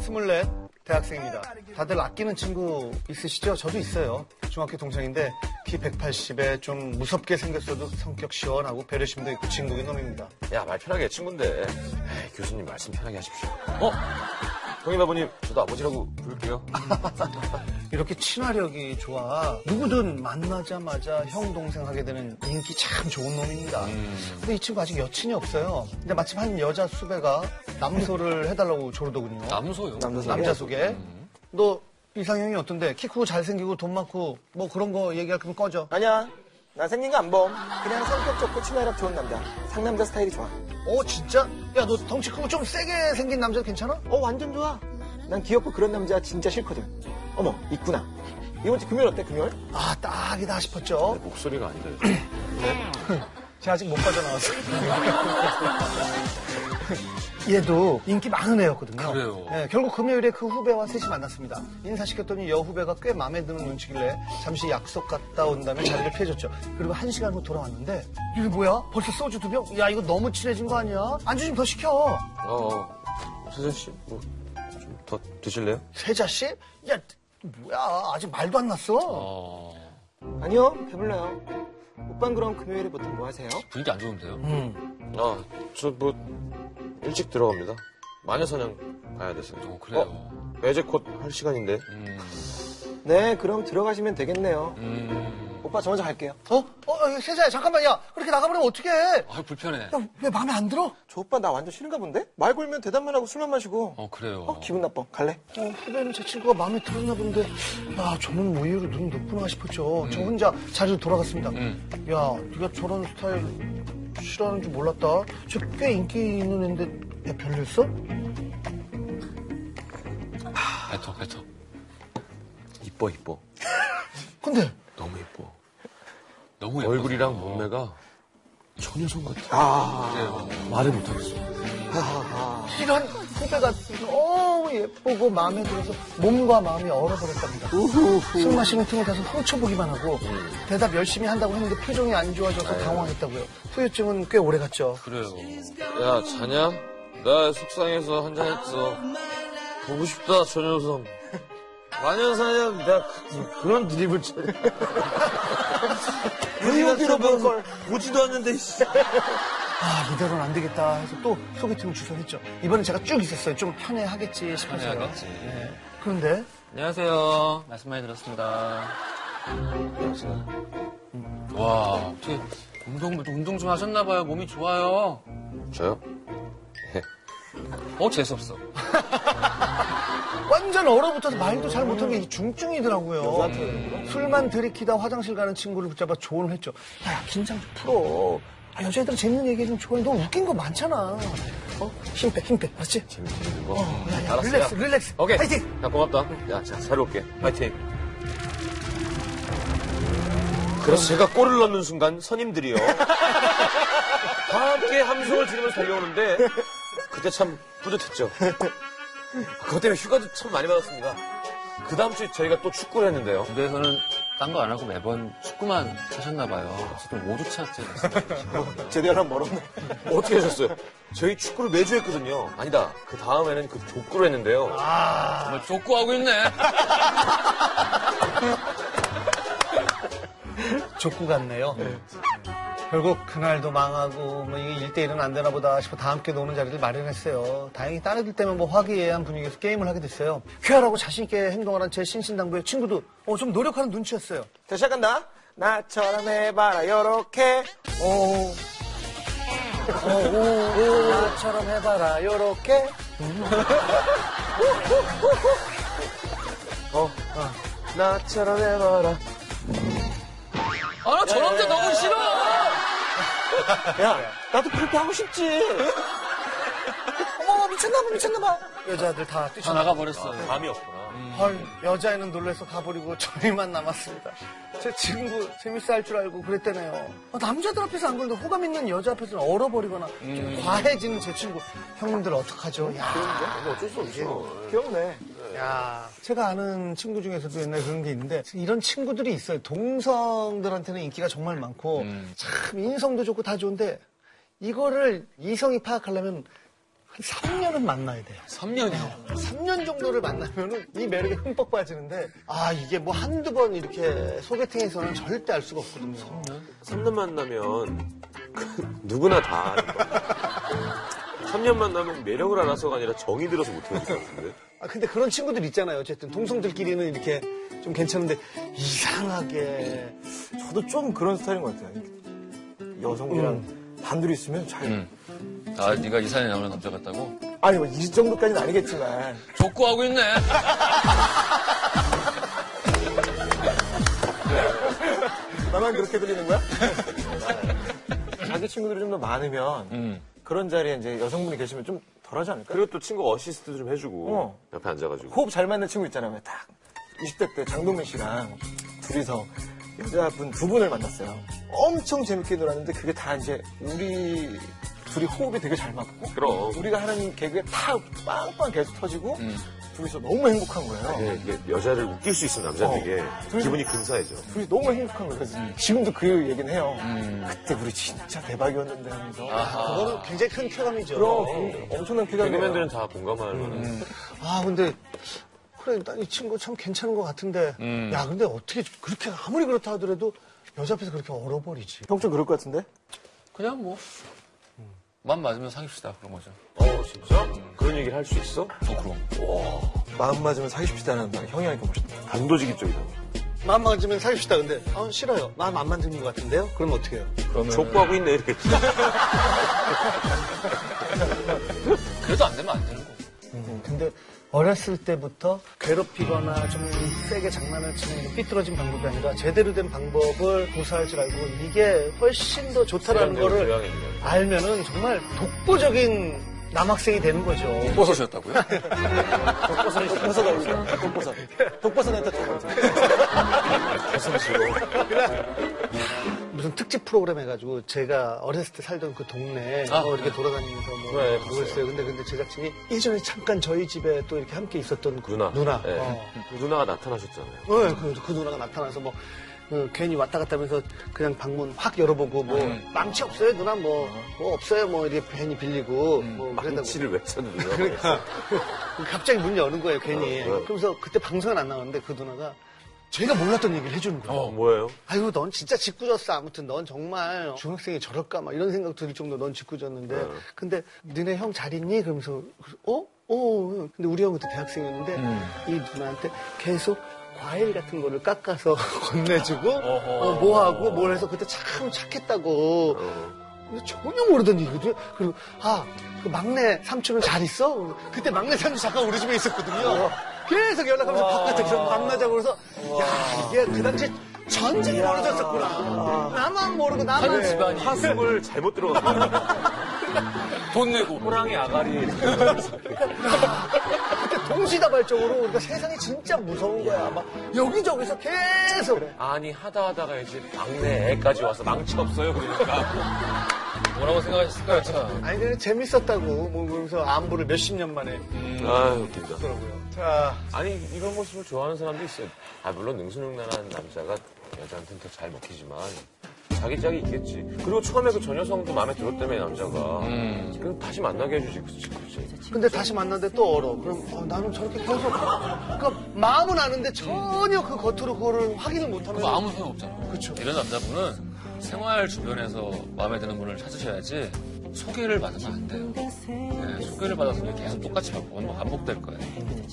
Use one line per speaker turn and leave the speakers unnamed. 스물넷 대학생입니다. 다들 아끼는 친구 있으시죠? 저도 있어요. 중학교 동생인데 키 180에 좀 무섭게 생겼어도 성격 시원하고 배려심도 있고 진국인 놈입니다.
야, 말 편하게 해, 친구인데. 에이, 교수님 말씀 편하게 하십시오. 어? 형님 아버님, 저도 아버지라고 부를게요.
이렇게 친화력이 좋아 누구든 만나자마자 형 동생 하게 되는 인기 참 좋은 놈입니다.
음.
근데 이 친구 아직 여친이 없어요. 근데 마침 한 여자 수배가 남소를 해달라고 조르더군요.
남소요. 음.
남자 소개. 너 이상형이 어떤데? 키 크고 잘생기고 돈 많고 뭐 그런 거 얘기할 거면 꺼져.
아니야. 나 생긴 거 안 범. 그냥 성격 좋고 친화력 좋은 남자. 상남자 스타일이 좋아.
어 진짜? 야 너 덩치 크고 좀 세게 생긴 남자 괜찮아?
어, 완전 좋아. 난 귀엽고 그런 남자 진짜 싫거든. 어머, 있구나. 이번 주 금요일 어때, 금요일?
아 딱이다 싶었죠.
목소리가 아니다. 요즘.
제가 아직 못 빠져나왔어요. 얘도 인기 많은 애였거든요.
그래요.
네, 결국 금요일에 그 후배와 셋이 만났습니다. 인사시켰더니 여 후배가 꽤 마음에 드는 눈치길래 잠시 약속 갔다 온 다음에 자리를 피해줬죠. 그리고 한 시간 후 돌아왔는데 이게 뭐야? 벌써 소주 두 병? 야 이거 너무 친해진 거 아니야? 안주 좀 더 시켜.
어, 어. 세준 씨, 뭐, 좀 더 드실래요?
세자씨? 야 뭐야 아직 말도 안 났어.
어,
아니요, 배불러요. 오빤 그럼 금요일에 보통 뭐 하세요?
분위기 안 좋은데요?
아, 저 뭐, 일찍 들어갑니다. 마녀사냥 가야 돼서.
어, 그래요.
어, 음. 이제 곧 할 시간인데.
네, 그럼 들어가시면 되겠네요.
음,
오빠 저 먼저 갈게요.
어? 어 세자야 잠깐만 야 그렇게 나가버리면 어떡해?
아, 불편해.
야왜 마음에 안 들어?
저 오빠 나 완전 싫은가 본데? 말 걸면 대답만 하고 술만 마시고.
어, 그래요.
어, 기분 나빠. 갈래?
어, 후배는 제 친구가 마음에 들었나 본데, 아, 저는 뭐 이유로 눈이 높구나 싶었죠. 저 혼자 자리로 돌아갔습니다. 야, 네가 저런 스타일 싫어하는 줄 몰랐다. 저 꽤 인기 있는 애인데, 야, 별로였어?
뱉어, 뱉어.
이뻐, 이뻐.
근데,
너무 이뻐.
너무 어, 예뻐.
얼굴이랑 몸매가 천여성 네, 같아.
아,
말을 못하겠어.
이런 후배가 너무 예쁘고 마음에 들어서 몸과 마음이 얼어버렸답니다. 술 마시는 틈을 타서 훔쳐보기만 하고, 대답 열심히 한다고 했는데 표정이 안 좋아져서 당황했다고요. 후유증은 꽤 오래 갔죠.
그래요.
야, 자냐? 나 속상해서 한잔 했어. 보고 싶다, 저 녀석. 마녀사냥, 나 그- 그런 드립을 쳐.
의욕이로 본 걸.
보지도 않는데, 씨.
아 이대로는 안 되겠다 해서 또 소개팅을 주선했죠. 이번엔 제가 쭉 있었어요. 좀 편애하겠지 싶어서.
편애하겠지.
그런데
네. 안녕하세요. 말씀 많이 들었습니다. 와, 어떻게 운동, 운동 좀 하셨나봐요. 몸이 좋아요.
저요?
어, 재수없어.
완전 얼어붙어서 말도 잘 못하는 게 중증이더라고요. 술만 들이키다 화장실 가는 친구를 붙잡아 조언을 했죠. 야, 야, 긴장 좀 풀어. 아, 여자애들은 재밌는 얘기 좀 좋아해. 너 웃긴 거 많잖아. 어? 힘 빼, 힘 빼. 알았지?
재밌는 거. 네,
어, 야, 야,
알았어,
릴렉스,
야.
릴렉스.
오케이.
파이팅!
야, 고맙다. 야, 자, 잘 올게. 파이팅. 그래서 제가 골을 넣는 순간 선임들이요. 다 함께 함성을 지르면서 달려오는데 그때 참 뿌듯했죠. 그것 때문에 휴가도 참 많이 받았습니다. 그 다음 주에 저희가 또 축구를 했는데요.
군대에서는 딴 거 안 하고 매번 축구만 하셨나봐요. 어쨌든 5주차째 됐어요.
제대로 멀었네.
어떻게 하셨어요? 저희 축구를 매주 했거든요. 아니다. 그 다음에는 그 족구를 했는데요.
정말 족구하고 있네.
족구 같네요. 결국 그날도 망하고 뭐 이게 1대1은 안 되나 보다 싶어 다 함께 노는 자리를 마련했어요. 다행히 딴 애들 때문에 뭐 화기애애한 분위기에서 게임을 하게 됐어요. 쾌활하고 자신있게 행동하는 제 신신당부의 친구도 어, 좀 노력하는 눈치였어요.
자, 시작한다. 나처럼 해봐라, 요렇게.
오, 어, 오, 오, 나처럼 해봐라, 요렇게.
어, 아. 나처럼 해봐라.
아, 나 저런데 너무 싫어!
야, 나도 그렇게 하고 싶지. 어머, 미쳤나봐, 미쳤나봐.
여자들 다
다
뛰쳐나가.
나가버렸어요.
감이 네. 없구나.
헐, 여자애는 놀래서 가버리고 저희만 남았습니다. 제 친구 재밌어 할 줄 알고 그랬대네요. 어, 남자들 앞에서 안 그런데 호감 있는 여자 앞에서는 얼어버리거나 좀 과해지는 제 친구. 형님들 어떡하죠? 야,
귀엽네.
야. 제가 아는 친구 중에서도 옛날에 그런 게 있는데 이런 친구들이 있어요. 동성들한테는 인기가 정말 많고 참 인성도 좋고 다 좋은데 이거를 이성이 파악하려면 한 3년은 만나야 돼요.
3년이요.
3년 정도를 만나면은 이 매력에 흠뻑 빠지는데 아 이게 뭐 한두 번 이렇게 소개팅에서는 절대 알 수가 없거든요.
3년 만나면 그 누구나 다 3년 만나면 매력을 알아서가 아니라 정이 들어서 못하는 것 같은데
아 근데 그런 친구들 있잖아요. 어쨌든 동성들끼리는 이렇게 좀 괜찮은데 이상하게
저도 좀 그런 스타일인 것 같아요. 여성이랑 단둘이 있으면 잘.
아, 네가 이사에 나오는 남자 같다고?
아니, 뭐, 이 정도까지는 아니겠지만.
족구하고 있네.
나만 그렇게 들리는 거야? 자기 친구들이 좀 더 많으면
음.
그런 자리에 이제 여성분이 계시면 좀 덜하지 않을까?
그리고 또 친구 어시스트 좀 해주고
어.
옆에 앉아가지고
호흡 잘 맞는 친구 있잖아요. 딱 20대 때 장동민 씨랑 둘이서 여자분 두 분을 만났어요. 엄청 재밌게 놀았는데 그게 다 이제 우리 둘이 호흡이 되게 잘 맞고
그럼. 음.
우리가 하는 개그에 다 빵빵 계속 터지고 둘이서 너무 행복한 거예요.
네, 이게 여자를 웃길 수 있으면 남자에게
어.
둘-
기분이 근사해져
음.
둘이 너무 행복한 거예요. 그래서
음.
지금도 그 얘기는 해요. 그때 우리 진짜 대박이었는데 하면서
아, 그거는 굉장히 큰 쾌감이죠.
그럼 엄청난 쾌감이
개그맨들은 다 공감할 만한
아 근데 그래 난 이 친구 참 괜찮은 것 같은데
음.
야 근데 어떻게 그렇게 아무리 그렇다 하더라도 여자 앞에서 그렇게 얼어버리지.
형좀 그럴 것 같은데?
그냥 뭐. 맘 맞으면 사귀시다 그런 거죠.
어 진짜? 그런 얘기를 할 수 있어?
어, 그럼.
마음 맞으면 사귀십시다라는 말 형이 하니까 멋있다.
단도직입 적이다
마음 맞으면 사귀시다 근데 아 싫어요. 마음 안 맞는 것 같은데요? 그럼 어떻게 해요?
그러면
족구하고 있네 이렇게
그래도 안 되면 안 되는 거고.
음, 근데 어렸을 때부터 괴롭히거나 좀 세게 장난을 치는 삐뚤어진 방법이 아니라 제대로 된 방법을 구사할 줄 알고 이게 훨씬 더 좋다라는 거를
고양이네.
알면은 정말 독보적인 남학생이 되는 거죠.
뽀뽀셨다고요?
독버섯 어울려. 독버섯. 독버섯한테 독버섯.
무슨 특집 프로그램 해가지고 제가 어렸을 때 살던 그 동네에
아,
뭐 이렇게 돌아다니면서 뭐
네,
보고
봤어요.
있어요. 근데 근데 제작진이 예전에 잠깐 저희 집에 또 이렇게 함께 있었던 그
누나
누나.
네.
어.
누나가 나타나셨잖아요
네, 그, 그 누나가 나타나서 뭐 어, 괜히 왔다 갔다 하면서 그냥 방문 확 열어보고 뭐
네.
망치 없어요 누나 뭐, 뭐 없어요 뭐 이렇게 괜히 빌리고 뭐 그랬다고
음, 망치를 왜 찾는 누나
그러니까 갑자기 문 여는 거예요 괜히
어, 어.
그러면서 그때 방송은 안 나왔는데 그 누나가 제가 몰랐던 얘기를 해주는 거예요
어 뭐예요?
아이고 넌 진짜 짓궂었어 아무튼 넌 정말 어, 중학생이 저럴까 막 이런 생각 들 정도 넌 짓궂었는데 근데 니네 형 잘 있니? 그러면서 그래서 어? 어 근데 우리 형은 그때 대학생이었는데 이 누나한테 계속 과일 같은 거를 깎아서 건네주고 어, 뭐하고 뭘 해서 그때 참 착했다고 근데 전혀 모르던 일이거든요 그리고 아그 막내 삼촌은 잘 있어? 그때 막내 삼촌 잠깐 우리 집에 있었거든요 계속 연락하면서 바깥에서 만나자고 그래서 야 이게 그 당시에 전쟁이 벌어졌었구나. 나만 모르고 나만.
한 집안이
파습을 잘못 들어갔어요
돈 내고. 뭐 호랑이 아가리.
그때 동시다발적으로 그러니까 세상이 진짜 무서운 거야. 막 여기저기서 계속.
아니 하다 하다가 이제 막내 애까지 와서 망치 없어요 그러니까 뭐라고 생각하셨을까요 참
아니, 그냥 재밌었다고. 뭐, 그러면서 안부를 몇십 년 만에
아 웃긴다
하더라고요. 자,
아니 이런 모습을 좋아하는 사람도 있어요. 아 물론 능수능란한 남자가 여자한테는 더 잘 먹히지만 자기 짝이 있겠지. 그리고 처음에 그 전 여성도 마음에 들었다며 남자가.
음.
그럼 다시 만나게 해주지 그치 그치.
근데 다시 만났는데 또 얼어. 그럼 어, 나는 저렇게 계속. 그러니까 마음은 아는데 전혀 그 겉으로 그거를 확인을 못하면.
그거 뭐 아무 소용 없잖아
그쵸.
이런 남자분은 생활 주변에서 마음에 드는 분을 찾으셔야지 소개를 받으면 안 돼요 네, 소개를 받아서 계속 똑같이 반복될 뭐 거예요